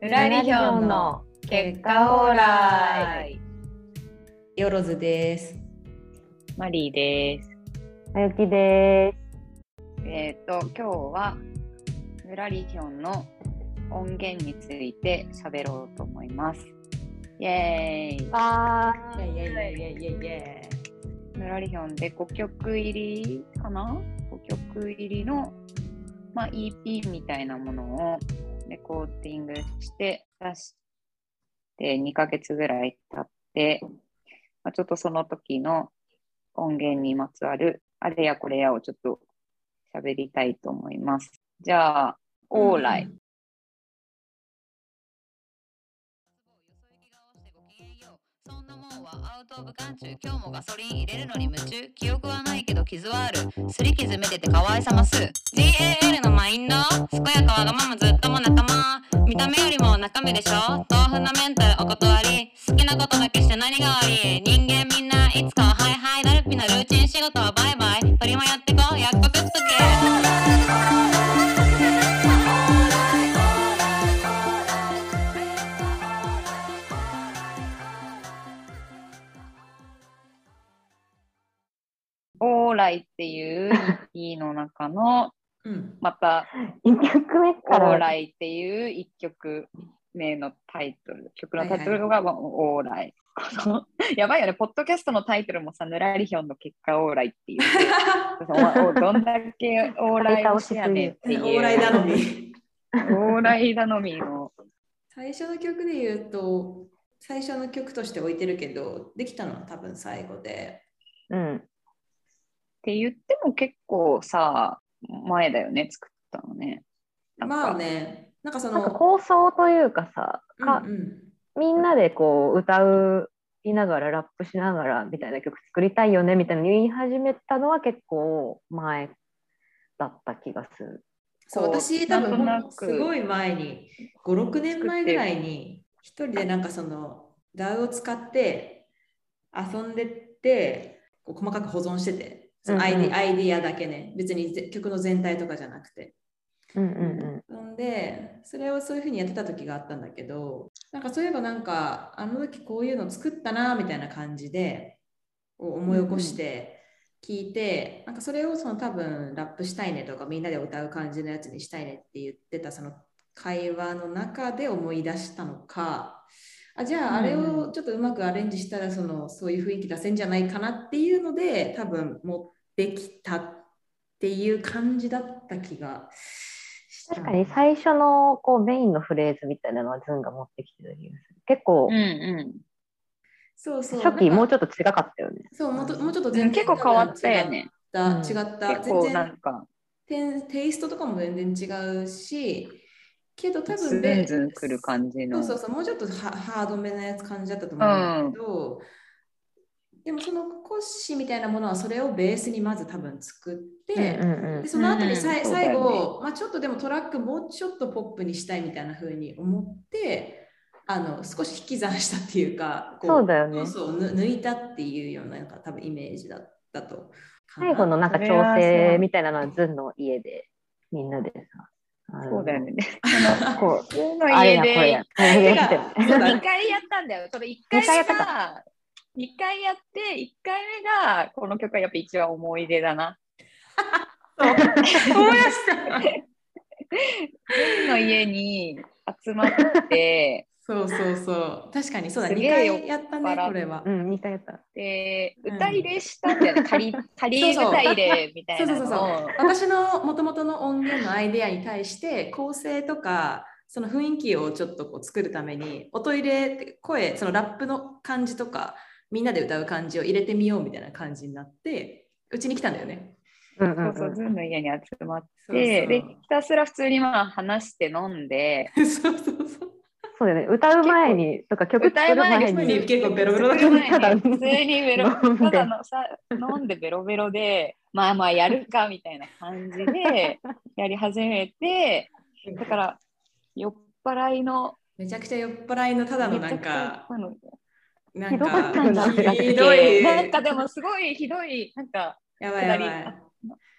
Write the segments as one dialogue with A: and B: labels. A: プラリヒョンの結果オーライ。
B: よろずです。
C: マリーです。
D: あゆきで
C: えっ、と今日はフラリヒョンの音源について喋ろうと思います。イエーイ
D: す。。わ
B: いやいやいやいやいやい
C: フラリヒョンで5曲入りかな ?5 曲入りの、まあ、EP みたいなものをレコーディングして出して2ヶ月ぐらい経って、まあ、ちょっとその時の音源にまつわるあれやこれやをちょっと喋りたいと思います。じゃあ、オーライ。
E: そんなもんはアウトオブ眼中今日もガソリン入れるのに夢中記憶はないけど傷はあるすり傷めでて可愛さます GAL のマインド健やかわがままずっとも仲間見た目よりも中身でしょ豆腐のメンタルお断り好きなことだけして何が悪い人間みんないつかはハイハイだるぴなルーチン仕事はバイバイ鳥もやってこやっこくっとけ
C: オーライっていう EP の中の
B: うん。
C: また
D: ー。一曲 目
C: オ
D: か
C: ー
D: ら。
C: ライっていう一曲目のタイトル、曲のタイトルがオーライ。この やばいよね、ポッドキャストのタイトルもさ、ぬらりひょんの結果オーライっ ていう。おおどんだけオーライをしやねんっていう。
B: 往来なのに。
C: オーライ頼みの。
B: 最初の曲で言うと、最初の曲として置いてるけど、できたのは多分最後で。
D: うん。
C: って言っても結構さ、前だよね、作ったのね。なんか
B: まあね、なんかそ
D: なんか
B: の、
D: 構想というかさ、か
B: うんうん
D: みんなでこう歌う。いながらラップしながらみたいな曲作りたいよねみたいなの言い始めたのは結構前だった気がする。
B: そう
C: こう
B: 私多分
C: なんとなく
B: すごい前に56年前ぐらいに一人でなんかその DAW を使って遊んでってこう細かく保存しててそのアイデ,、
D: うんうん
B: アイディアだけね別にぜ曲の全体とかじゃなくて
D: うんうん
B: ほんでそれをそういう風にやってた時があったんだけどなんかそういえばなんかあの時こういうの作ったなみたいな感じでこう思い起こして聞いて、なんかそれをその多分ラップしたいねとかみんなで歌う感じのやつにしたいねって言ってたその会話の中で思い出したのかあじゃああれをちょっとうまくアレンジしたらそのそういう雰囲気出せんじゃないかなっていうので多分持ってきたっていう感じだった気がした
D: 確かに最初のこうメインのフレーズみたいなのはズンが持ってきてた気がする。結構
C: うんう
B: そうそう
D: 初期もうち
B: ょ
D: ょっと違かったよね。
B: そうもうともうちょっと
C: ん。結構変わったよね。
B: 多分違
D: う
B: っ
D: ん
B: た、違った
C: 結構
B: 全
C: なんか。
B: 然テンテイストとかも全然違うしけど多分
C: ズンズンくる感じの。
B: そうそうそうもうちょっとハハードめなやつ感じだったと思うんだけど、でもその骨子みたいなものはそれをベースにまず多分作って、
D: うんうんうん
B: でその後にさい、
C: うんそうだよ
B: 最
C: ね
B: 後、まあ、ちょっとでもトラックもうちょっとポップにしたいみたいな風に思ってあの少し引き算したっていうかこ
D: そうだよね
B: そうそうぬ抜いたっていうようななんか多分イメージだったとかな
D: 最後のなんか調
C: それはそう
D: 整みたいなのはズンの家でみんなでさ。
C: そうだよね。
D: あの。こう
C: ズンの
D: あれ
C: 家
D: やこれやこれ
C: で。。
D: やってる
B: そうだ
C: 2
B: ね
C: 回やったんだよ。それ1回
D: 二回やった
C: が、2回やって、1回目が、この曲はやっぱ一番思い出だな。
B: 思い出した
C: ズンの家に集まって、
B: そうそうそう確かにそうだ
C: す
B: 2
C: げえよ
B: 回やったねこれは
D: う。ん、2回やった。
C: で、
B: うん
C: 歌入れしたんだよね。 仮、仮歌入れみた
B: そ
C: いうな
B: そうそ
C: の
B: うそ
C: を
B: う。私のもともとの音源のアイデアに対して構成とかその雰囲気をちょっとこう作るために音入れ声そのラップの感じとかみんなで歌う感じを入れてみようみたいな感じになってうちに来たんだよね。
D: うんう
C: そ
D: ん
C: うそう、ズンの家に集まっ
B: そうそう
C: て、で、ひたすら普通にまあ話して飲んで、
B: そうそうそう
D: そうだよね。歌う前にとか曲
C: 歌
D: 作る
C: う
D: 前
C: 前
D: に
C: に、
B: 結構ベロベロだった
C: 作る前に普通
D: ね
C: にベロ
D: 飲んで
C: ただのさ飲んでベロベロでまあまあやるかみたいな感じでやり始めてだから酔っ払いの
B: めちゃくちゃ酔っ払いのただのなんか
C: めちゃくちゃ酔
D: ひどか
C: っ払いの
B: なん
D: ったんだ
B: か
D: って
B: ひどい
C: なんかでもすごいひどいなんか
B: やばいやばい。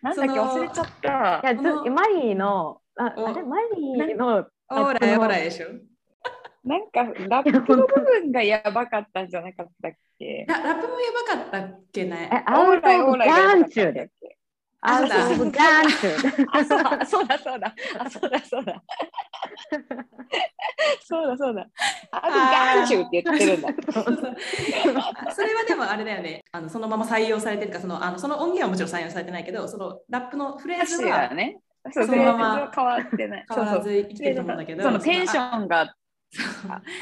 C: なんだっけ
B: その
C: 忘れちゃった
D: いやずマリーの、ああれマリーの
B: オーラやばいでしょ
C: なんかラップの部分がやばかったんじゃなかったっけ
B: ララップもやばかったっけね
D: え、アウトオブガンチュー
C: だ
D: で
C: っ
D: す。
C: け
D: アウトオブガンチュー。
C: あ、そうだ、そうだ、そうだ、あ、そうだ、そうだ。そうだ、そうだ。あ、ガンチューって言ってるんだ。
B: そうそうあそれはでもあれだよねあのそのまま採用されてるかそのあのその音源はもちろん採用されてないけどそのラップのフレーズ
C: 歌詞は
B: は
C: ね。そう、
B: そ
C: そ
B: の
C: れ
B: ま
C: は
B: ま
C: 変わってない。
B: 変わら
C: そう
B: ず生き
C: そう
B: てると思うんだけど
C: そのテンシ
B: ン
C: ョンがあ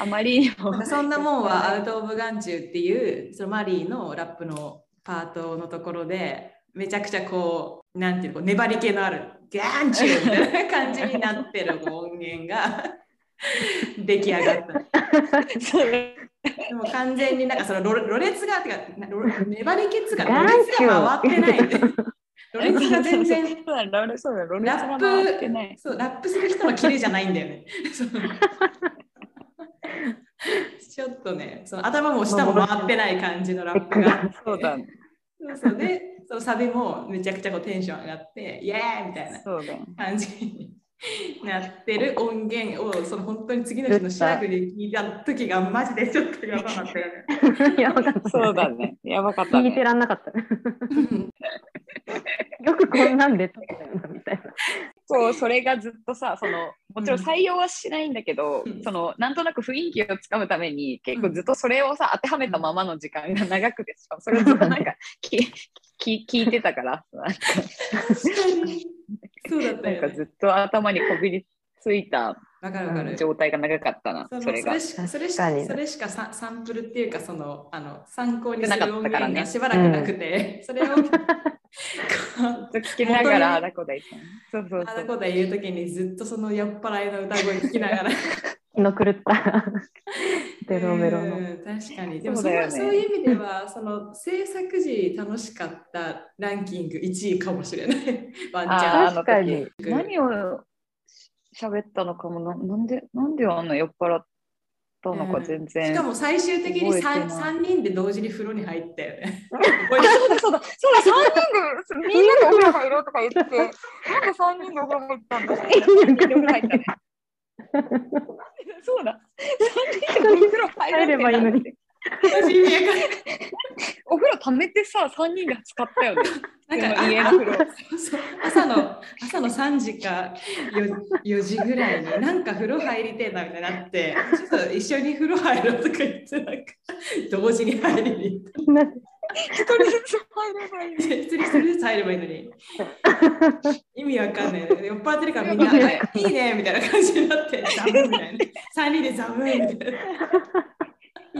C: あまりにも。
B: そんなもんはアウト・オブ・ガンチューっていうそのマリーのラップのパートのところでめちゃくちゃこうなんていうのこう粘り気のあるガンチューみたいな感じになってるこう音源が 出来上がった。
C: そうね
B: でも完全になんかそのろろれつがてかなろ粘り気つがろ
D: ガン
B: れつ
D: キュー
B: が回ってないんで。ろれつが全然
C: そうだ、ロレそうだ、ロレ
B: ラッ
C: が回ってない
B: プ。そうラップする人のキレじゃないんだよ ね。そうちょっとねその頭も下も回ってない感じのラップがあって。
C: そうだ、
B: そうそうでそのサビもめちゃくちゃこうテンション上がってイエーイみたいな
C: そうだ。
B: 感じになってる音源をその本当に次の日のシャークで聞いた時がマジでちょっとやばかったよ ね。
D: やばかった。
C: そうだね。やばかった、
D: 聞
C: ね。
D: いてらんなかった。よくこんなんで撮ったよなみたいな。
C: そう、それがずっとさ、そのもちろん採用はしないんだけど、
B: うん
C: そのなんとなく雰囲気をつかむために、結構ずっとそれをさ、当てはめたままの時間が長くて、しかもそれをずっとなんか、き き聞いてたから、
B: そうだった
C: なん
B: よ、
C: か
B: ね
C: ず。っと頭にこびりついた
B: わかるわかる。
C: 状態が長かったな
B: そ、の
C: それ
B: そ
C: が
B: れ。しかそれし
D: 確かに
B: それしかササンプルっていうかそのあの参考にす
C: なかっ
B: る音
C: たから
B: 源
C: ね
B: がしばらくなくて、それをこう
C: ずっと聞きながら、あだ
B: 元
C: こだ言ってたそうそう
B: あ
C: そ
B: の
C: う。
B: 子で言うときにずっとその酔っ払いの歌声聞きながら
D: 気の狂った。 ベロベロ
B: う
D: の。
B: ん確かにでも
C: そ
B: そう
C: だよね
B: のそういう意味ではその制作時楽しかったランキング1位かもしれない ワンチャン
C: あー
D: 確かに。
C: 何を喋ったのかもな、なんで、なんであんな酔っ払ったのか全然。
B: しかも最終的に
C: 覚えてな
B: 3,
C: い
B: 三人で同時に風呂に入ったよ ね
C: あそうだそうだそうだ三人でみんなでお風呂入ろうとか言ってなんで三人でお風呂入ったんだ三人でお風呂入ったねそうだ三人でお風呂入ろうってなって
D: 入ればいいのに
B: 同じ意味やから
C: お風呂溜めてさ三人で使ったよね
B: なん
C: で
B: か
C: も
B: あ
C: 家の風呂
B: そう朝の朝の3時か 4, 4時ぐらいになんか風呂入りてえなみたいになってちょっと一緒に風呂入ろうとか言ってなんか同時に入りに行っ
C: 一人ずつ入ればいいのに
B: て一人一人ずつ入ればいいのに意味わかんない酔っ払ってるからみんな「
C: いや
B: あいいね」みたいな感じになって「ザブ」みたいな3人で「ザブ」みたいな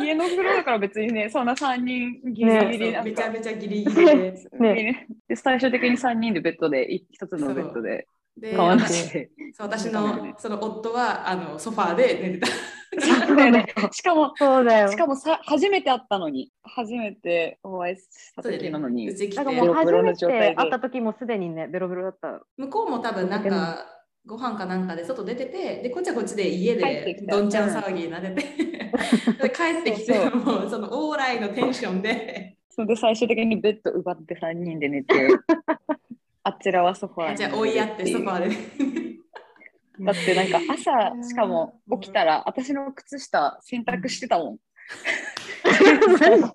C: 家の風呂だから別にねそんな三人ギリギリ
B: そ
C: な
B: うんめちゃ
C: か
B: めちゃギリギリで
C: ねで最終的に三人でベッドでい一つのベッドで
B: で
C: 変わんな
B: 私
C: い
B: そう私のその夫はあのソファーで寝てた
C: そうだよねしかも
D: そうだよ
C: し。かもさ初めて会ったのに初めてお会いした時なのに
B: うち来
D: なんか
B: て
D: もう初め
C: ベロベロの状態
D: て
C: で
D: 会った時もすでにね、ベロベロだ った。
B: 向こうも多分なんかご飯かなんかで外出ててでこっちはこっちで家
C: 帰って
B: で
C: きた
B: どんちゃん騒ぎになっててで 帰ってきて
C: そう
B: もうその往来のテンションで
C: それで最終的にベッド奪って3人で寝 てあちらはソファーに
B: じゃあ追いやってソファーで
C: だってなんか朝しかも起きたら私の靴下洗濯してたもん私が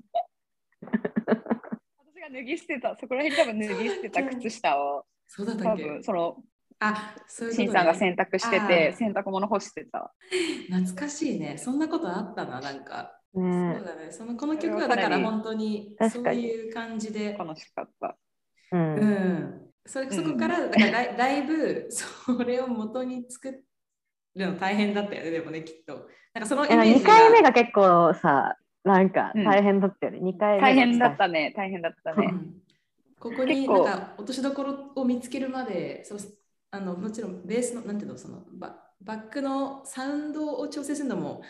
C: 脱ぎ捨てたそこら辺多分脱ぎ捨てた靴下を
B: そうだった
C: 多
B: っけ
C: 分その
B: あそういう
C: しん
B: こ
C: さ
B: と、
C: んが洗濯してて
B: あー
C: 洗濯物干してた
B: 懐かしいねそんなことあったななんか、
D: ね
B: そうだねそのこの曲はだから本当にそ
D: 確
B: う
D: かに
B: いう感じで
C: 楽しかった
D: う。
B: うんんそれそこからだからだいだいぶそれを元に作るの大変だったよねでもねきっとなんかそのイメー
D: 2
B: ジが
D: 回目が結構さ、なんか
C: うん
D: 大変だったよね。2回目が
C: 大変だったね 大変だったね
B: うんここ
C: 結
B: になん
C: 構
B: か落としどころを見つけるまでそうあのもちろんベースのなんていうのそのババックのサウンドを調整するのも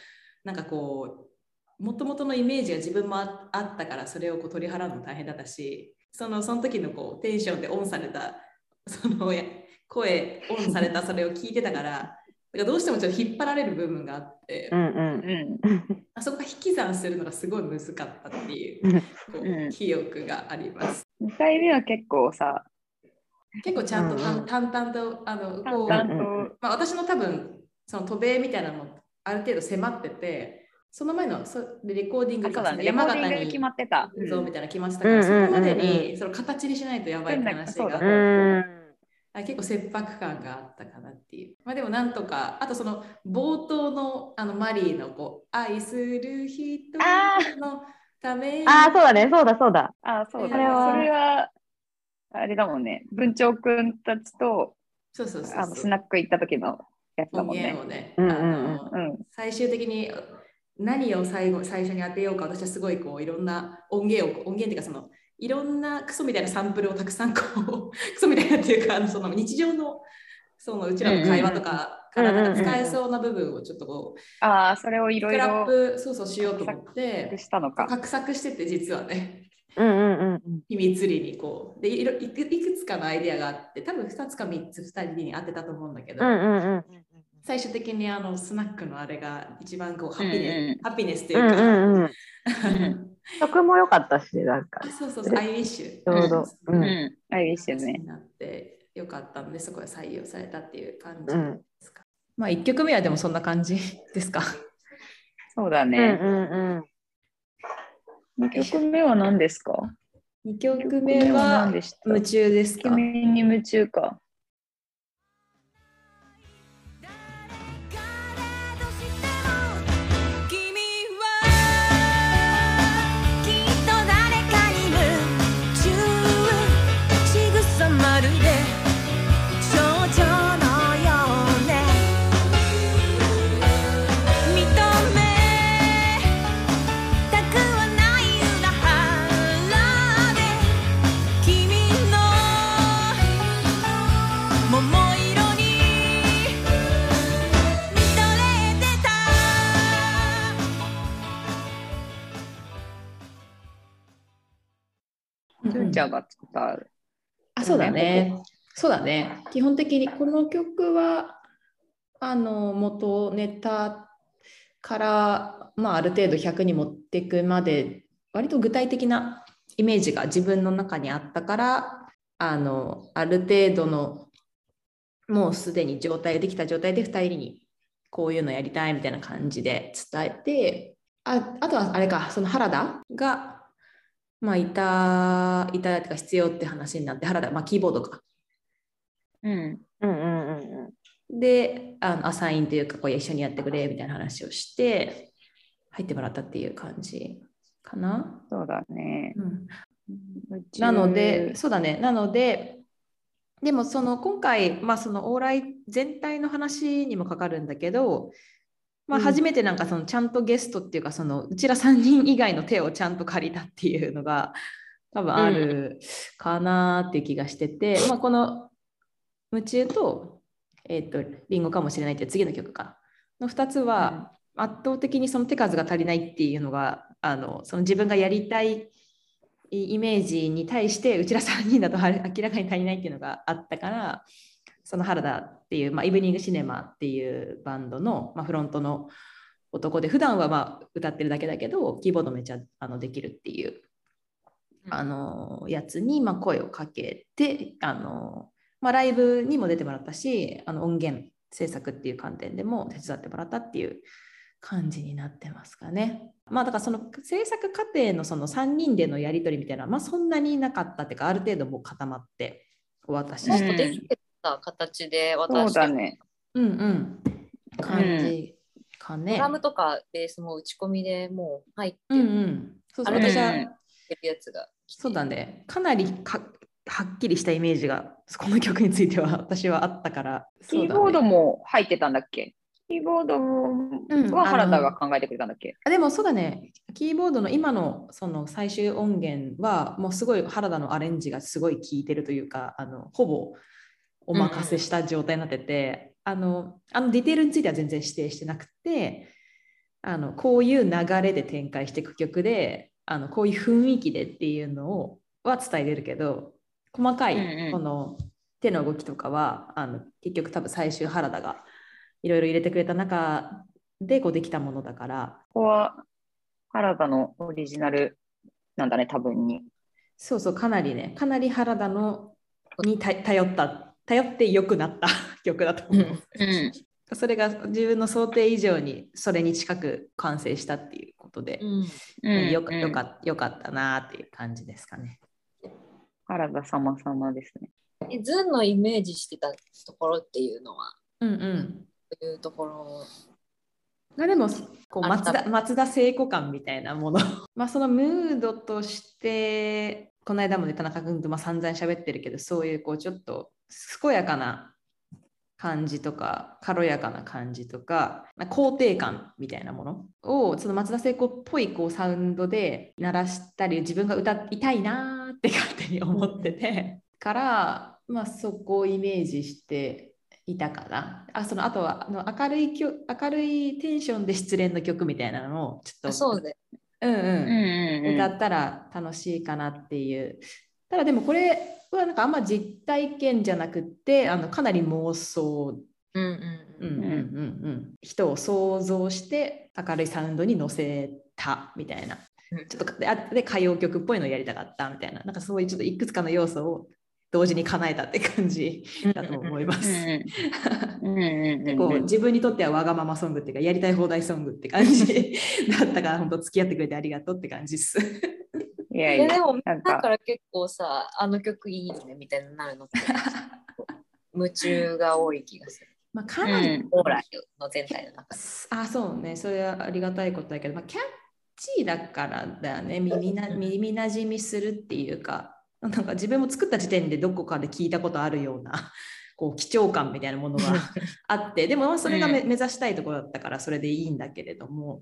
B: なんかこうもともとのイメージが自分もああったからそれをこう取り払うのも大変だったしそのその時のこうテンションでオンされたそのや声オンされたそれを聞いてたからだからどうしてもちょっと引っ張られる部分があって、
D: うんう。
C: うんん
B: あそこが引き算するのがすごい難かったっていう
D: うん
B: こ
C: うん
B: う記憶があります。
C: 2回目は結構さ、
B: 結構ちゃんと
D: う
B: 淡
D: んう
B: 々淡々とあのこう、
C: 淡々と
B: まあ、私の多分その渡米みたいなのもある程度迫っててその前のそでレコーディング
C: あ、そうだね。レコー
B: 山
C: ディ
B: 形
C: ングで
B: に
C: 決まってた。
B: 行くぞみたいなの決まってたから、
D: うん
B: そこまで
D: うんうん
B: にその形にしないとやばいって話
C: そう
B: が
C: だ
B: あっ
C: ねそ
B: て
C: うだね
B: あ結構切迫感があったかなっていう。まあでもなんとか、あとその冒頭のあのマリーのこう愛する人
C: あ
B: のために
D: ああ、そうだね、そうだ、そうだ。
C: あ、そうだね。そ
B: それ
C: れ
B: は
C: は、あれだもんね。文鳥くんたちと
B: そうそうそう
C: あ
B: そう
C: のスナック行った時のやつだもん
B: 音
C: ね
B: 源。をね、
D: うんうん
B: あの
C: うん。
B: 最終的に何を最後最初に当てようか私はすごいこういろんな音源を音源っていうかそのいろんなクソみたいなサンプルをたくさんこう クソみたいなっていうかあのその日常のそのうちらの会話とかからなんか使えそうな部分をちょっとこう
C: ああ、それをいろ
B: ス
C: い
B: クラッ
C: ろ
B: プそうそうしようと思って
C: したのか。
B: 画策してて実はね
D: うんうんうんうん。
B: 秘密裏にこうでいろいくいくつかのアイデアがあって多分2つか3つ2人に当てたと思うんだけど、
D: うんうんうん。
B: 最終的にあのスナックのあれが一番こうハピネス、
C: うんうん
B: ハピネスといううんか、
D: うんうん。
C: うん
D: 曲も良かったし、なんか
B: あ、 そうそうそうアイウィッシュ
D: ちょうど。う。
C: うんん。あれですよね。
B: になってよかったのでそこが採用されたっていう感
D: う
B: じ
D: ん
B: ですか、まあ1曲目はでもそんな感じですか
C: そうだ
D: うん
C: ね。
D: うんうん。
C: 二曲目は何ですか
B: 2曲
C: 二曲
B: 目は
C: 何でした
B: 夢中ですか
C: 君に夢中か。
E: 君はきっと誰かに夢中仕草まるで少女のようね認めたくはない裏腹で君の桃色に見とれてた
C: ジュンちゃんが作った。
B: あ、そうだね。そうだね。基本的にこの曲は、あの、元ネタから、まあ、ある程度100に持っていくまで、割と具体的なイメージが自分の中にあったから、あの、ある程度の、もうすでに状態できた状態で2人にこういうのやりたいみたいな感じで伝えて、ああとはあれか、その原田が、まあ、いた、いたとか必要って話になって、原田、まあ、キーボードか。
C: うん。
D: うんうんうん
B: で、あのアサインというか、こう一緒にやってくれみたいな話をして、入ってもらったっていう感じかな。
C: そうだね。
B: うん、
C: 夢中
B: なので、、そうだね。なので、でもその今回、まあ、その往来全体の話にもかかるんだけど、まあ、
C: うん
B: 初めてなんかそのちゃんとゲストっていうかそのうちら3人以外の手をちゃんと借りたっていうのが多分あるかなっていう気がしてて、まあ、この「夢中と」えっと「リンゴかもしれない」っていう次の曲かの2つは圧倒的にその手数が足りないっていうのがあのその自分がやりたいイメージに対してうちら3人だとは明らかに足りないっていうのがあったからその原田っていう、まあ、イブニングシネマっていうバンドの、まあ、フロントの男で普段はまあ歌ってるだけだけどキーボードめちゃあのできるっていう、
C: うん
B: あのやつにまあ声をかけてあの、まあ、ライブにも出てもらったしあの音源制作っていう観点でも手伝ってもらったっていう感じになってますかね。まあだからその制作過程のその3人でのやり取りみたいなのはまあそんなになかったっていうかある程度もう固まってお渡し
C: う
B: し
C: ん
B: て、
F: できてた形で
C: そ
F: 私
C: うだね。
B: うん、うん感じかね。
F: ドラムとかベースも打ち込みでもう入って
B: うんう
F: る
B: ん。そうそう
F: あの
B: 私は
C: うん
F: やつが来て
B: そうだね。かなりかはっきりしたイメージがこの曲については私はあったから。
C: キ
B: そう
C: ー
B: だね
C: ボードも入ってたんだっけキーボードも
B: うん
C: は原田が考えてくれたんだっけ
B: あでもそうだね、キーボードの今のその最終音源は、もうすごい原田のアレンジがすごい効いてるというか、あのほぼお任せした状態になってて、あのあのディテールについては全然指定してなくて、あのこういう流れで展開していく曲であの、こういう雰囲気でっていうのをは伝えれるけど、細か
C: うんう
B: い
C: ん
B: この手の動きとかは、あの結局多分最終原田がいろいろ入れてくれた中でこうできたものだから。
C: ここは原田のオリジナルなんだね、多分に。
B: そうそう、かなりね、かなり原田 のにた頼った、頼って良くなった曲だと思う。
C: うん
B: それが自分の想定以上にそれに近く完成したっていうことで、
F: うん、
C: うん
B: よか
C: うん
B: よかよかったなっていう感じですかね。
C: 原田様様ですね。
F: えズンのイメージしてたところっていうのは
B: うんうん、
F: どういうところ
B: がでもこう
F: あ
B: 松田松田聖子感みたいなもの まあそのムードとしてこの間もね田中君とまあ散々喋ってるけどそういうこうちょっと健やかな感じとか軽やかな感じとか、まあ、肯定感みたいなものをその松田聖子っぽいこうサウンドで鳴らしたり自分が歌いたいなーって勝手に思っててから、まあ、そこをイメージしていたかな。あそのあとはあの明るいきょ明るいテンションで失恋の曲みたいなのをちょっと
F: あそうで
B: うん
C: う
B: うん
C: んうん
B: 歌ったら楽しいかなっていう。ただでもこれはなんかあんま実体験じゃなくってあのかなり妄想、
F: うん
B: う
F: うんん
B: うんうんうん、人を想像して明るいサウンドに乗せたみたいな
F: うん
B: ちょっとであで歌謡曲っぽいのをやりたかったみたいななんかそういうちょっといくつかの要素を同時に叶えたって感 じ
F: うん
B: だと思いま
C: う
B: す。
C: んうんうんうん
B: こ
C: う
B: うん自分にとってはわがままソングっていうかやりたい放題ソングって感じだったから本当付き合ってくれてありがとうって感じです。
C: いや
F: え
C: いや
F: でもみん
C: なん
F: なか
C: から
F: 結構さあの曲いいよねみたいになるのって夢中が多い気がする
B: まあか
C: う
B: なり、
C: ん
F: オーラの全体の中
B: あそうねそれはありがたいことだけど、まあ、キャッチーだからだよね耳な耳なじみするっていうかなんか自分も作った時点でどこかで聞いたことあるような こう貴重感みたいなものがあってでもまあそれがめ、目指したいところだったからそれでいいんだけれども、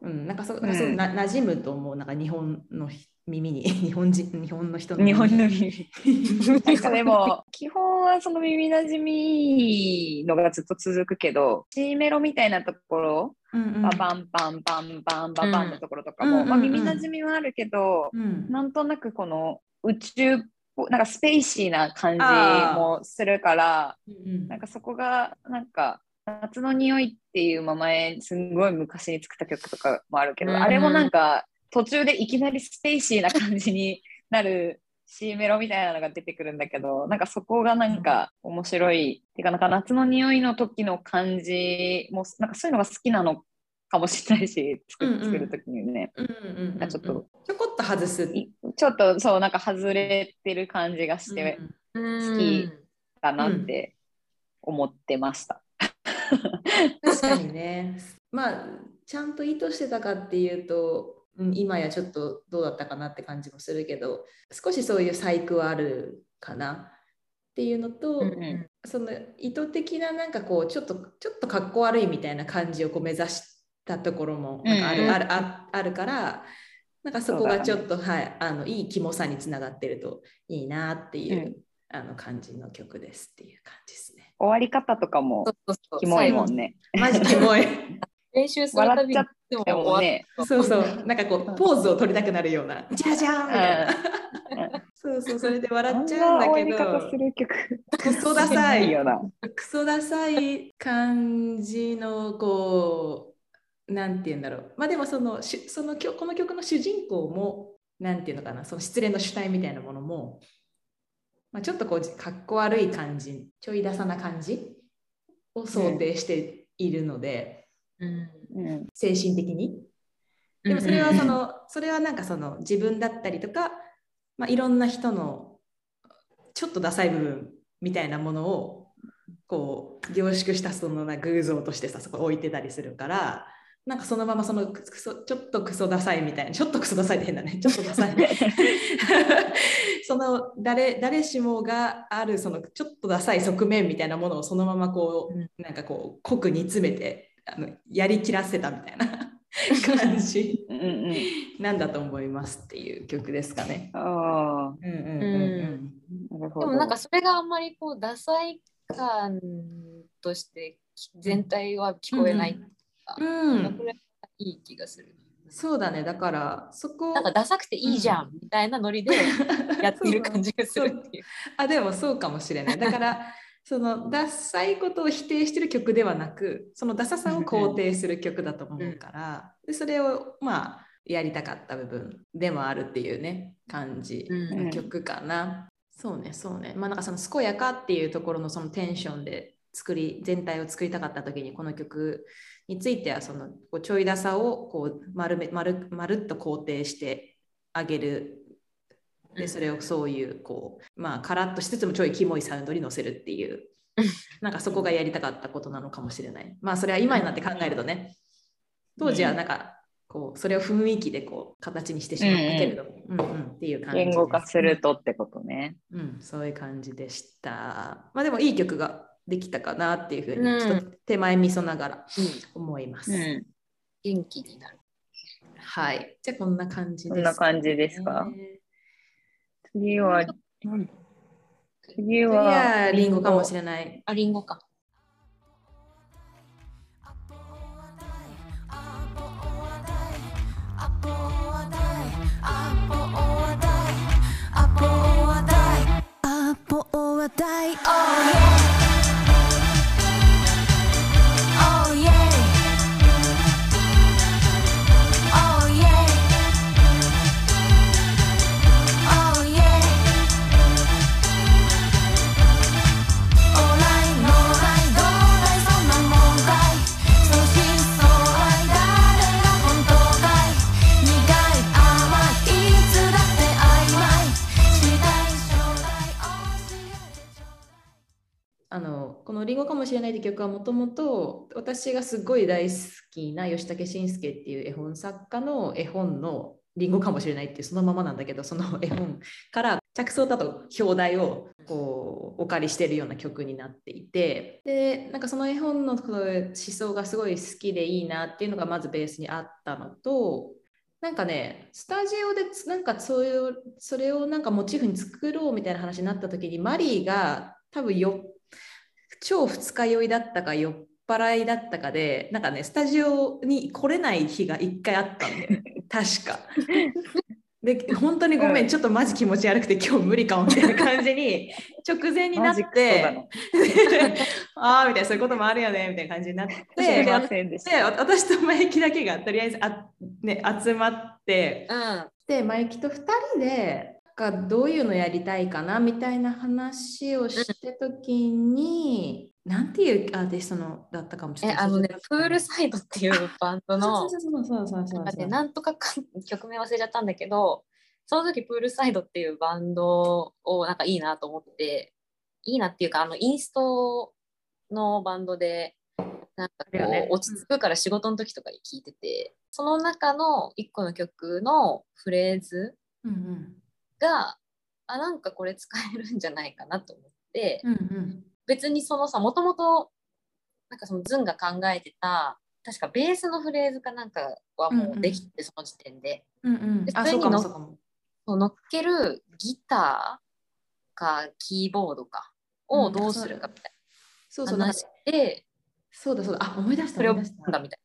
B: うん、なんかそなんかそう
C: うん
B: な馴染むと思うなんか日本のひ耳に 日本人日本の人の
C: 日
B: 耳に
C: 本の耳 なんかでも基本はその耳なじみのがずっと続くけど C メロみたいなところ
B: うんうん
C: ババンバンバンバンバンバンのところとかも、
B: うん
C: まあ、
B: うんうんうん
C: 耳なじみはあるけど、
B: うん
C: なんとなくこの宇宙っぽなんかスペーシーな感
B: あ
C: じ
B: ー
C: もするから
B: うん
C: なんかそこがなんか「夏の匂い」っていう名前すんごい昔に作った曲とかもあるけど、
F: うんうん
C: あれもなんか途中でいきなりスペーシーな感じになる C メロみたいなのが出てくるんだけどなんかそこがなんか面白い、てかなんか夏の匂いの時の感じもなんかそういうのが好きなのかもしれないし作
B: うんうん
C: 作る時にね、
B: うんうんうんうん
C: なんかちょっと
B: ちょこっと外す
C: いちょっとそうなんか外れてる感じがして
B: うん
F: 好
C: きたなって思ってました。
B: 確かにねまあちゃんと意図してたかっていうとうん今やちょっとどうだったかなって感じもするけど少しそういう細工はあるかなっていうのと、
C: うん
B: その意図的ななんかこうちょっとちょっとかっこ悪いみたいな感じをこう目指したところもなんかある,、
C: うんうん
B: あるああるからなんかそこがちょっと、はい、あのいいキモさにつながってるといいなっていう、
C: うん
B: あの感じの曲ですっていう感じですね。
C: 終わり方とかも
F: そうそうそう
C: キモいもんね。
B: マジキモい
F: 練習するたびに
C: 笑っちゃ
F: でも
C: でも
F: 終わ
C: ね、
F: っ
B: そうそう、なんかこう、ポーズを取りたくなるような、じゃじゃーんみたいな。そうそう、それで笑っちゃ
C: あんな
B: うん
C: 終わり
B: だ
C: 方
B: け
C: す
B: ど、
C: る曲。
B: クソダサ
C: いい
B: い、
C: よな。
B: クソダサい感じの、こう、なんて言うんだろう。まあでもその、しその曲この曲の主人公も、なんていうのかな、その失恋の主体みたいなものも、まあ、ちょっとこう、かっこ悪い感じ、ちょいダサな感じを想定しているので、
F: うん
C: うん
B: 精神的に。でもそれはそのそれはなんかその自分だったりとか、まあ、いろんな人のちょっとダサい部分みたいなものをこう凝縮したそのな偶像としてさそこ置いてたりするからなんかそのままそのクソちょっとクソダサいみたいなちょっとクソダサいって変だねちょっとダサいその誰誰しもがあるそのちょっとダサい側面みたいなものをそのままこう、
F: うん
B: なんかこう濃く煮詰めてあのやりきらせたみ たいな感じ。
C: うんうん。
B: なんだと思いますっていう曲ですかね。
C: あ
B: うんうん
F: うんうん
C: あ、なるほ
F: で
C: ど。
F: もなんかそれがあんまりこうダサい感としてき全体は聞こえない、
B: うん
F: なんかそれはいい気がする
B: そうだね。だからそこ
F: なんかダサくていいじゃんみたいなノリでやってる感じがするっていう
B: あでもそうかもしれない。だから そのダサいことを否定してる曲ではなく、そのダサさを肯定する曲だと思うから、でそれをまあやりたかった部分でもあるっていうね感じ
F: うん
B: の曲かな。そうねそうね。まあなんかその健やかっていうところのそのテンションで作り全体を作りたかった時にこの曲についてはそのこうちょいださをこう丸め丸丸っと肯定してあげる
F: う
B: で
F: ん
B: それをそういうこうまあカラッとしつつもちょいキモいサウンドに乗せるっていうなんかそこがやりたかったことなのかもしれないまあそれは今になって考えるとね当時はなんかこうそれを雰囲気でこう形にしてしまったけれども、うんうんっていう感じです
C: 言語化するとってことね。
B: うん、そういう感じでした。まあでもいい曲ができたかなっていうふう
F: うん
B: に、ちょっと手前味噌ながら思います。
C: うん。
F: 元気になる。
B: はい。じゃあこんな感じです、
C: こんな感じですか
B: ね
C: 次は、次
B: 次は
C: は、
B: リンゴかもしれない。
F: あ、リンゴか。
G: Oh, Oh, Oh, Oh, オーライノーライドーライそんな問題そしそう愛誰が本当かい苦い甘いいつだって曖昧したい将来教えてちょうだい
B: あの、このリンゴかもしれないって曲はもともと私がすごい大好きな吉武慎介っていう絵本作家の絵本のリンゴかもしれないっていうそのままなんだけど、その絵本から着想だと表題をこうお借りしてるような曲になっていてでなんかその絵本のこの思想がすごい好きでいいなっていうのがまずベースにあったのとなんかねスタジオでつなんかそういうそれをなんかモチーフに作ろうみたいな話になった時にマリーが多分よ超二日酔いだったか酔っ払いだったかでなんかねスタジオに来れない日が一回あったんだよね確か。で本当にごめん、ちょっとマジ気持ち悪くて今日無理かもみたいな感じに直前にな
C: マ
B: っ
C: ジック
B: て
C: だな。
B: ああみたいなそういうこともあるよねみたいな感じになって
C: すい
B: で
C: ませんでした。
B: わ私とマイキだけがとりあえずあ、ね、集まって
F: うん。
B: でマイキと2人でなんかどういうのやりたいかなみたいな話をした時に、なんていうアーティストのだったかもしれ
F: え、
B: ない
F: あのね、プールサイドっていうバンド
B: そ
F: の
B: う、そうそうそうそうそう
F: なんか
B: そ
F: ね
B: う
F: なんとかかん曲名忘れちゃったんだけど、その時プールサイドっていうバンドをなんかいいなと思って、いいなっていうか、あの、インストのバンドで、なんかこ
C: だよね
F: う、落ち着くから仕事の時とかに聴いてて、その中の一個の曲のフレーズ
B: うんうん
F: が、あ、なんかこれ使えるんじゃないかなと思って、
B: うんうん
F: 別にそのさもともとなんかそのズンが考えてた確かベースのフレーズかなんかはもうできて、その時点で
B: うんうん
F: で
B: あ
F: そ
B: そ
F: れ
B: うか
F: に
B: も
F: の
B: そうかも
F: その乗っけるギターかキーボードかをどうするかみたい
B: そう
F: な
B: そうなんか
F: 話で
B: そうだそうだあ思い出した
F: それを
B: 思い
F: 組
B: 出
F: ん
B: した
F: だみたい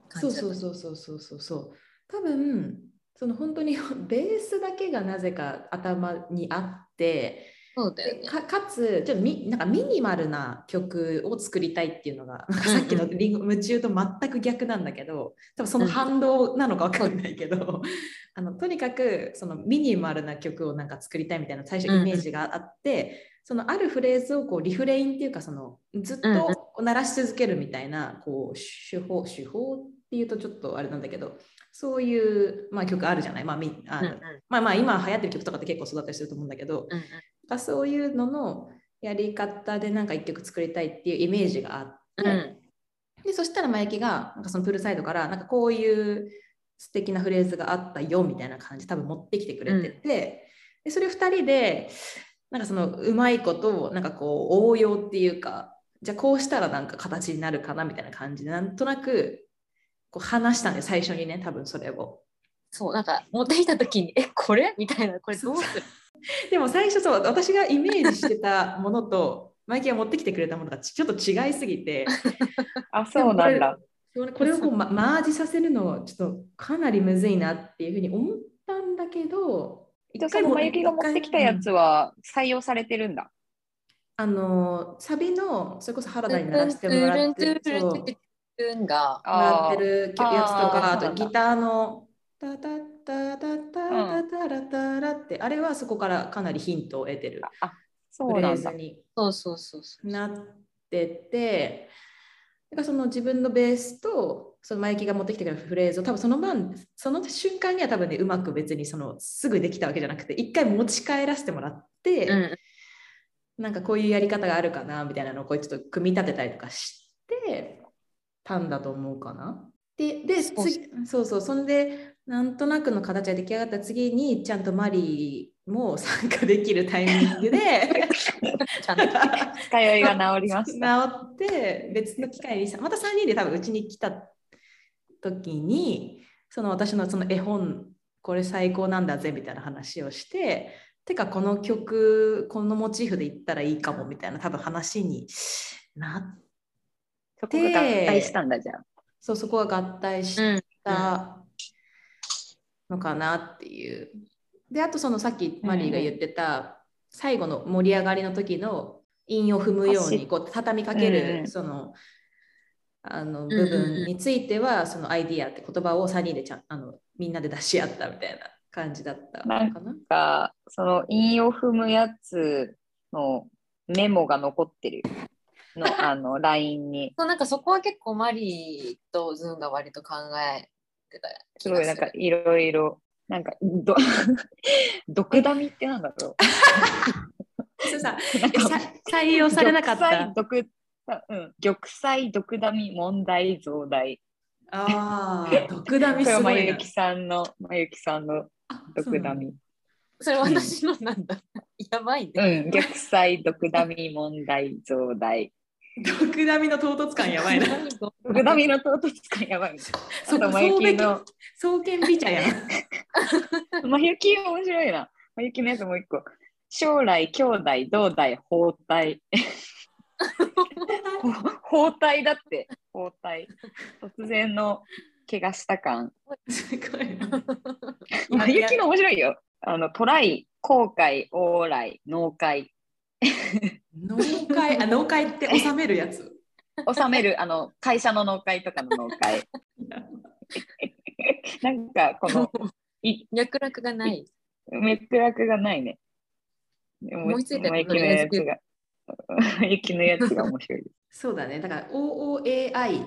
F: な感じ
B: そう
F: だった
B: そうそうそうそうそうそう多分その本当に ベースだけがなぜか頭にあって
F: そうだよ
B: で
F: ね
B: かかつちょっとミなんかミニマルな曲を作りたいっていうのがなんかさっきのリンゴ夢中と全く逆なんだけど多分その反動なのかわかんないけど あのとにかくそのミニマルな曲をなんか作りたいみたいな最初イメージがあって、そのあるフレーズをこうリフレインっていうかそのずっと
F: うんうん
B: こう鳴らし続けるみたいなこう手法手法っていうとちょっとあれなんだけどそういう、まあ、曲あるじゃない、まあみあ
F: うん
B: の
F: うん
B: まあ、まあ今流行ってる曲とかって結構そうだったりすると思うんだけど、
F: うん
B: まあそういうののやり方でなんか一曲作りたいっていうイメージがあって、
F: うん
B: でそしたら真由紀がなんかそのプールサイドからなんかこういう素敵なフレーズがあったよみたいな感じ多分持ってきてくれてて、でそれを2人でなんかそのうまいことをなんかこう応用っていうかじゃあこうしたらなんか形になるかなみたいな感じでなんとなくこう話したんで最初にね多分それを。
F: そうなんか持ってきた時に「えこれ?」みたいなこれどうする
B: でも最初そう私がイメージしてたものとマイキーが持ってきてくれたものがちちょっと違いす ぎて
C: あ、そうなんだ。
B: これをこう、ま、マージさせるのちょっとかなりむずいなっていうふうに思ったんだけど
C: じゃあそのまゆきが持ってきたやつ
B: を、
C: は採用されてるんだ。
B: あのサビのそれこそ原田に鳴
F: う
B: ら
F: ん
B: してもらっ
F: トゥ
B: て
F: ルントゥルントゥルントゥルントゥルンが
B: も
C: あ
B: らってるやつとか
C: あー
B: あとギターの「タタタタタタタラタラ」ってあれはそこからかなりヒントを得てる
C: あ、そ
B: フ
C: う
B: レ
C: な
B: ー
C: ん
B: ズ
C: だ。
B: に
F: そうそうそうそう
B: なっってってだからその自分のベースとそのマイキが持ってきてくれたフレーズを多分その晩その瞬間には多分ねうまく別にそのすぐできたわけじゃなくて一回持ち帰らせてもらって、
F: うん
B: なんかこういうやり方があるかなみたいなのをこうちょっと組み立てたりとかしてたんだと思うかな。で、で
F: そう
B: 次そうそう、そんで、なんとなくの形が出来上がった次に、ちゃんとマリーも参加できるタイミングで、
F: ちゃんと
C: 通いが治りま
B: 治
C: した。
B: って、別の機会にさ、また3人で多分うちに来た時に、その私のその絵本、これ最高なんだぜみたいな話をして、てかこの曲、このモチーフで言ったらいいかもみたいな多分話になっ
C: そこが合体したんだじゃん。
B: そうそこが合体したのかなっていう。であとそのさっきマリーが言ってた最後の盛り上がりの時の韻を踏むようにこう畳みかけ
C: うんう
B: る
C: ん
B: そのあの
F: んうん
B: 部分についてはそのアイディアって言葉を3人でちゃんあのみんなで出し合ったみたいな感じだったのかな。
C: が、その韻を踏むやつのメモが残ってるの、あの、LINE に。
F: そうなんかそこは結構マリーとズンが割と考えてた
C: す
F: 気
C: ご
F: が
C: いなん
F: す
C: か
F: る。
C: いろいろ、なんか、ど、毒ダミってなんだろ
B: それさ
C: う。なんか
B: 採用されなかっ
C: 玉砕
B: た。
C: 毒あうん、玉砕毒ダミ問題増大
B: ああ、毒ダ
C: これ
B: ミす
C: は
B: ご
C: ま
B: い
C: ゆ
B: な
C: き。さんのまゆきさんの
B: あそう
C: 毒
B: な
C: ダ
B: んだ
C: ミ
F: それ私のなんだ。やばいね。
C: うん玉砕毒ダミ問題増大
B: 毒ダミの唐突感やばいな。
C: 毒ダミの唐突感やばいねあ
B: そう
C: と
B: か、
C: まゆきの
B: 双剣美茶やん。
C: まゆき面白いなまゆきのやつもう一個将来兄弟同代包帯包帯だって包帯突然の怪我した感
B: すごいな。
C: まゆきの面白いよ。あの、トライ、後悔、往来、納会。
B: 農会、あ、農会って収めるやつ。
C: 収める、あの、会社の納会とかの納 会。なんか、この、い
F: 脈絡がない。
C: 脈絡がないね。でも
F: 思いついた
C: まゆ
F: よ
C: きのやつが。まゆきのやつが面白い。
B: そうだね。だから OOAI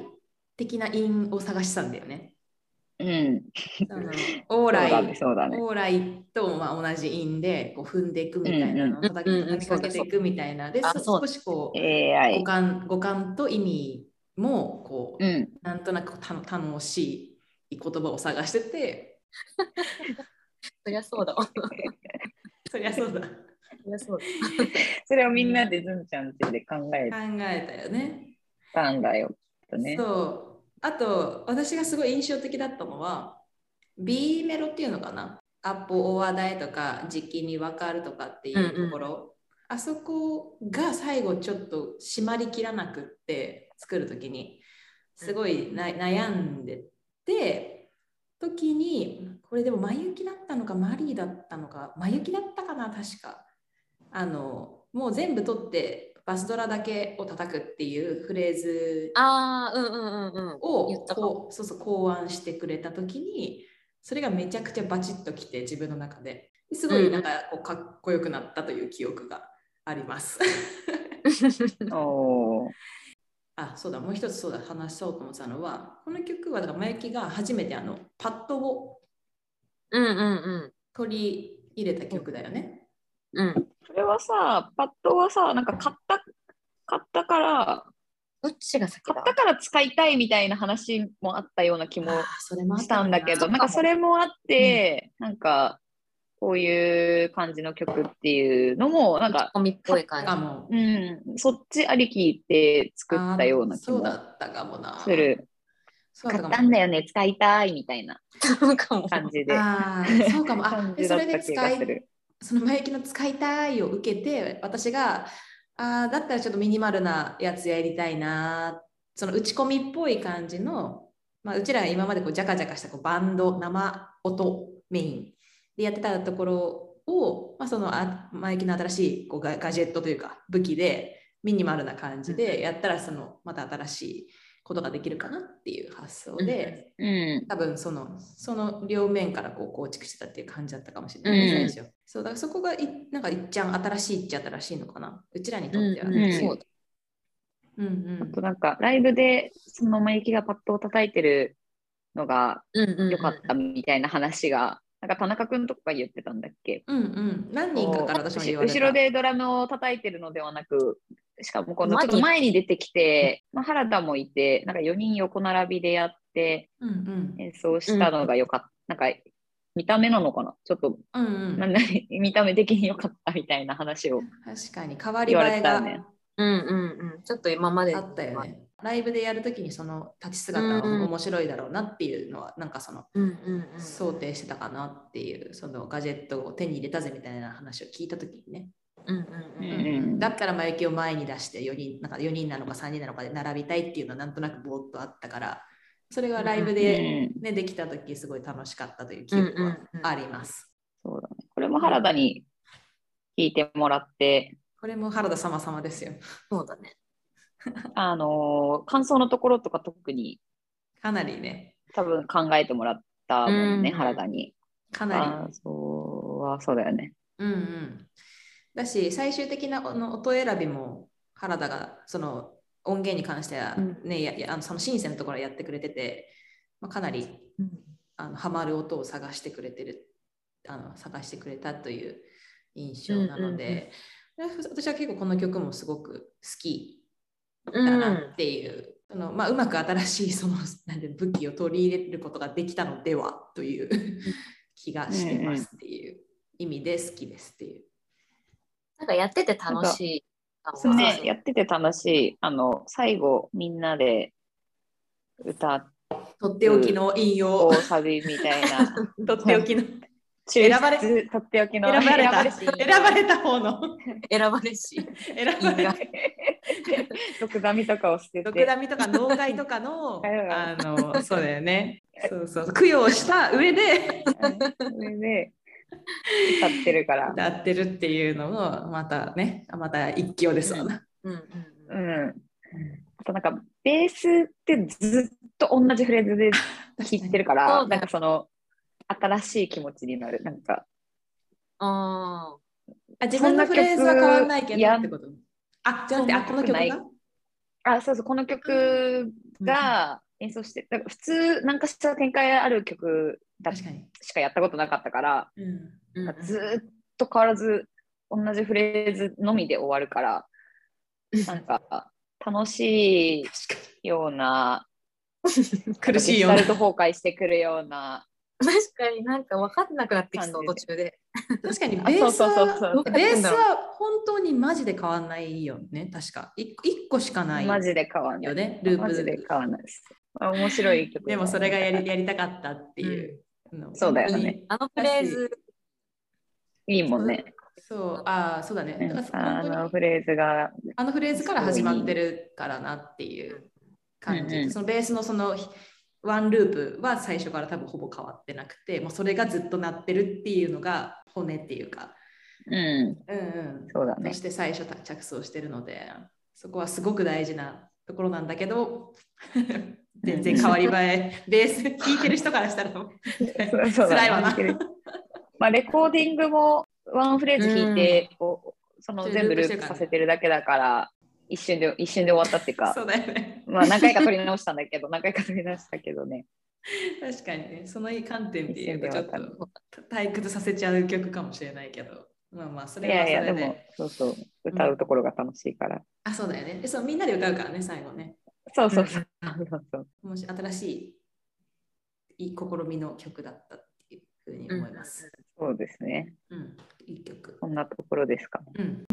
B: 的な因を探したんだよね。
C: うん。
B: あの往
C: そうだね、
B: 来、
C: そうだね。
B: 往来とまあ同じ因でこう踏んでいくみたいなのを
F: うん
B: 叩き叩きかけていくみたいな。で、
F: あ
B: そ
F: そう
B: 少しこう、五
C: AI。
B: 感五感と意味もこう、
C: うん。
B: なんとなくた楽しい言葉を探してて、
F: そりゃそうだわ。そ
B: そりゃそうだ。考
F: りゃそうだ。
C: それをみんなでずんちゃんちで考え
B: えたよね。
C: たんだよ。きっとね。
B: そうあと私がすごい印象的だったのは B メロっていうのかな「アポお話題」とか「時期に分かる」とかっていうところ、あそこが最後ちょっと締まりきらなくって作る時にすごいな悩んでて時にこれでも真雪だったのかマリーだったのか真雪だったかな確かあのもう全部取ってバスドラだけを叩くっていうフレーズ
F: ああ、うんうんうんうん。言
B: を
F: ったかも
B: こうそうそう考案してくれた時にそれがめちゃくちゃバチッときて自分の中ですご
F: うんう
B: い
F: ん
B: なんかこうかっこよくなったという記憶があります。
C: おー
B: あそうだもう一つそうだ話そうと思ってたのはこの曲はだから真由が初めてあのパッドを
F: うんうん
B: 取り入れた曲だよね。
F: うん。うん。
C: それはさ、パッドはさ、なんか買った、買ったから、
F: どっちが先
C: 買
F: だ
C: ったから使いたいみたいな話もあったような気も
B: あそれもあっ
C: したたんだけど、なんかそれもあって、なんかこういう感じの曲っていうのも、なんか、
F: コミっぽい
B: か
F: 感
B: も
C: うん、そっちありきで作ったような気
B: そう
C: も
B: だったかもな。
C: する。
B: そう
C: 買
B: だっ
C: った
B: たか
C: ん
B: も。
C: だよね、使いたいみたいな
F: じ。そうかも。
C: 感じで。
B: あーそうかも。あ
C: 感
B: で
C: じ
B: そ
C: だっ
B: れで
C: た気
B: 使
C: が
B: い
C: する。
B: その前行きの使いたいを受けて私があーだったらちょっとミニマルなやつやりたいなその打ち込みっぽい感じの、まあ、うちらが今までこうジャカジャカしたこうバンド生音メインでやってたところを、まあ、そのあ前行きの新しいこうガガジェットというか武器でミニマルな感じでやったらそのまた新しいことができるかなっていう発想で
C: うん。
B: 多分そのその両面からこう構築してたっていう感じだったかもしれない
C: うん
B: 最初そうだからそこがいなんかいっちゃん新しいっちゃ新しいのかなうちらにとっては、
F: うん
C: うん
F: そうだ。
B: うんう
C: あ
B: ん
C: となんかライブでそのマイキがパッドを叩いてるのが
F: うんうんうん
C: 良かったみたいな話が、なんか田中くんとかが言ってたんだっけ
B: うんうん何人かから私も言われた
C: 後ろでドラムを叩いてるのではなく、しかもこの
F: 前
C: ちょ
F: に
C: っと前に出てきて、まあ、原田もいて、なんか4人横並びでやって
B: うんうん
C: 演奏したのが良かった。なんか見た目なのかなちょっと、
B: うんうん
C: なんだ見た目的に良かったみたいな話を。
B: 確かに変わり映えが
F: うんうんうんちょっと今まで
B: あったよね。ライブでやるときにその立ち姿
F: うんうん
B: は面白いだろうなっていうのはなんかその
F: うんうんうん
B: 想定してたかなっていうそのガジェットを手に入れたぜみたいな話を聞いたときにね、
F: うんうんうん
C: うん
B: だったら眉毛を前に出して4人なんか4人なのか3人なのかで並びたいっていうのはなんとなくぼーっとあったからそれがライブで、
C: うん
B: ねできたときすごい楽しかったという記憶はあります。
C: そうだね。これも原田に聞いてもらって、
B: これも原田様様ですよ。
F: そうだね
C: あのー感想のところとか特に
B: かなりね、
C: 多分考えてもらったもんね、
F: うん
C: 原田に。
B: かなり
C: あーそうはそうだよね。
B: うんうん、だし最終的なあの音選びも原田がその音源に関しては、ねややあのそのシンセのところやってくれてて、まあ、かなり、あのハマる音を探してくれてるあの探してくれたという印象なので、私は結構この曲もすごく好き
F: う
B: だ
F: ん
B: なっていう、そのまあ、うまく新しいそのなんて武器を取り入れることができたのではという気がしてますっていう意味で好きですっていう。
F: なんかやってて楽しいかも
C: そうね、やってて楽しい。あの、最後みんなで歌っ
B: とっておきの引用、
C: 大サビみたいな。
B: とっておきの
C: 選
B: ばれ
C: とっておきの
B: 選ばれ た
C: し
B: 選ばれた方の
F: 選ばれし
B: 選ばれた
C: 毒ダミとかを捨て
B: 毒
C: て。
B: ダミとか農害とか の
C: はいは
B: あのそうだよねそうそう供養した 上で
C: それで、歌ってるから。
B: 歌ってるっていうのもまたねまた一興ですわな、
F: うんうん
C: う
F: うん
C: ん。あとなんかベースってずっと同じフレーズで聴いてるか
F: そうだ
C: ら、
F: ね
C: なんかその新しい気持ちになる。なんか
F: あ
B: あ自分のフレーズは変わんないけ
C: そんな
B: ど
C: 曲
B: ってことあじゃなくてあこの曲
C: そんな
B: が
C: 曲あそうそうこの曲が演奏して、なんか普通なんかした展開ある曲だ
B: 確かに、
C: しかやったことなかったから、
B: うん、
F: ーうんうん
C: ずーっと変わらず同じフレーズのみで終わるから、なんか楽しいような
B: 苦しいような
C: デジタルト崩壊してくるような。
F: 確かになんか分かんなくなってきそう途中で
B: 確かに
C: あ
B: ベ
C: そ
B: ー
C: う
B: ス
C: そうそう
B: は
C: そう。
B: ベースは本当にマジで変わんないよね確かい一個しかない
C: マジで変わんない。
B: よねループ
C: マジで変わんないです。まあ、面白い曲。
B: でもそれがやりやりたかったっていう、の
C: そうだよね
B: いい
F: あのフレーズ
C: いいもんね。
B: そうああそうだねだから
C: あ
B: 本当に
C: のフレーズが。
B: あのフレーズから始まってるからなっていう感じ、
C: うんうん
B: そのベースのそのひワンループは最初から多分ほぼ変わってなくてもうそれがずっと鳴ってるっていうのが骨っていうか、
C: うん、
B: うんうん、
C: そうだ
B: そ
C: ね
B: し。て最初た着想してるのでそこはすごく大事なところなんだけど全然変わり映えベース弾いてる人からしたらもう
C: そうそうだ
B: 辛いわな
C: ね。 まあ、レコーディングもワンフレーズ弾いて、こうその全部ループさせてるだけだから、一瞬で一瞬で終わったっていうか、
B: そうだよね
C: まあ何回か取り直したんだけど、何回か取り直したけどね。
B: 確かにねその観点で言うと
C: 一
B: ちょ
C: 瞬で
B: っ
C: わかる
B: と退屈させちゃう曲かもしれないけどまあまあそ
C: い
B: れは
C: や
B: そ
C: いや、で
B: れで
C: も、そうそう、歌うところが楽しいから。
B: あそうだよねでそうみんなで歌うからね最後ね
C: そうそうそう。そうそう
B: もし新しいいい試みの曲だったっていうふうに思います、
C: そうですね。
B: うんいい曲
C: こんなところですかね。
B: うん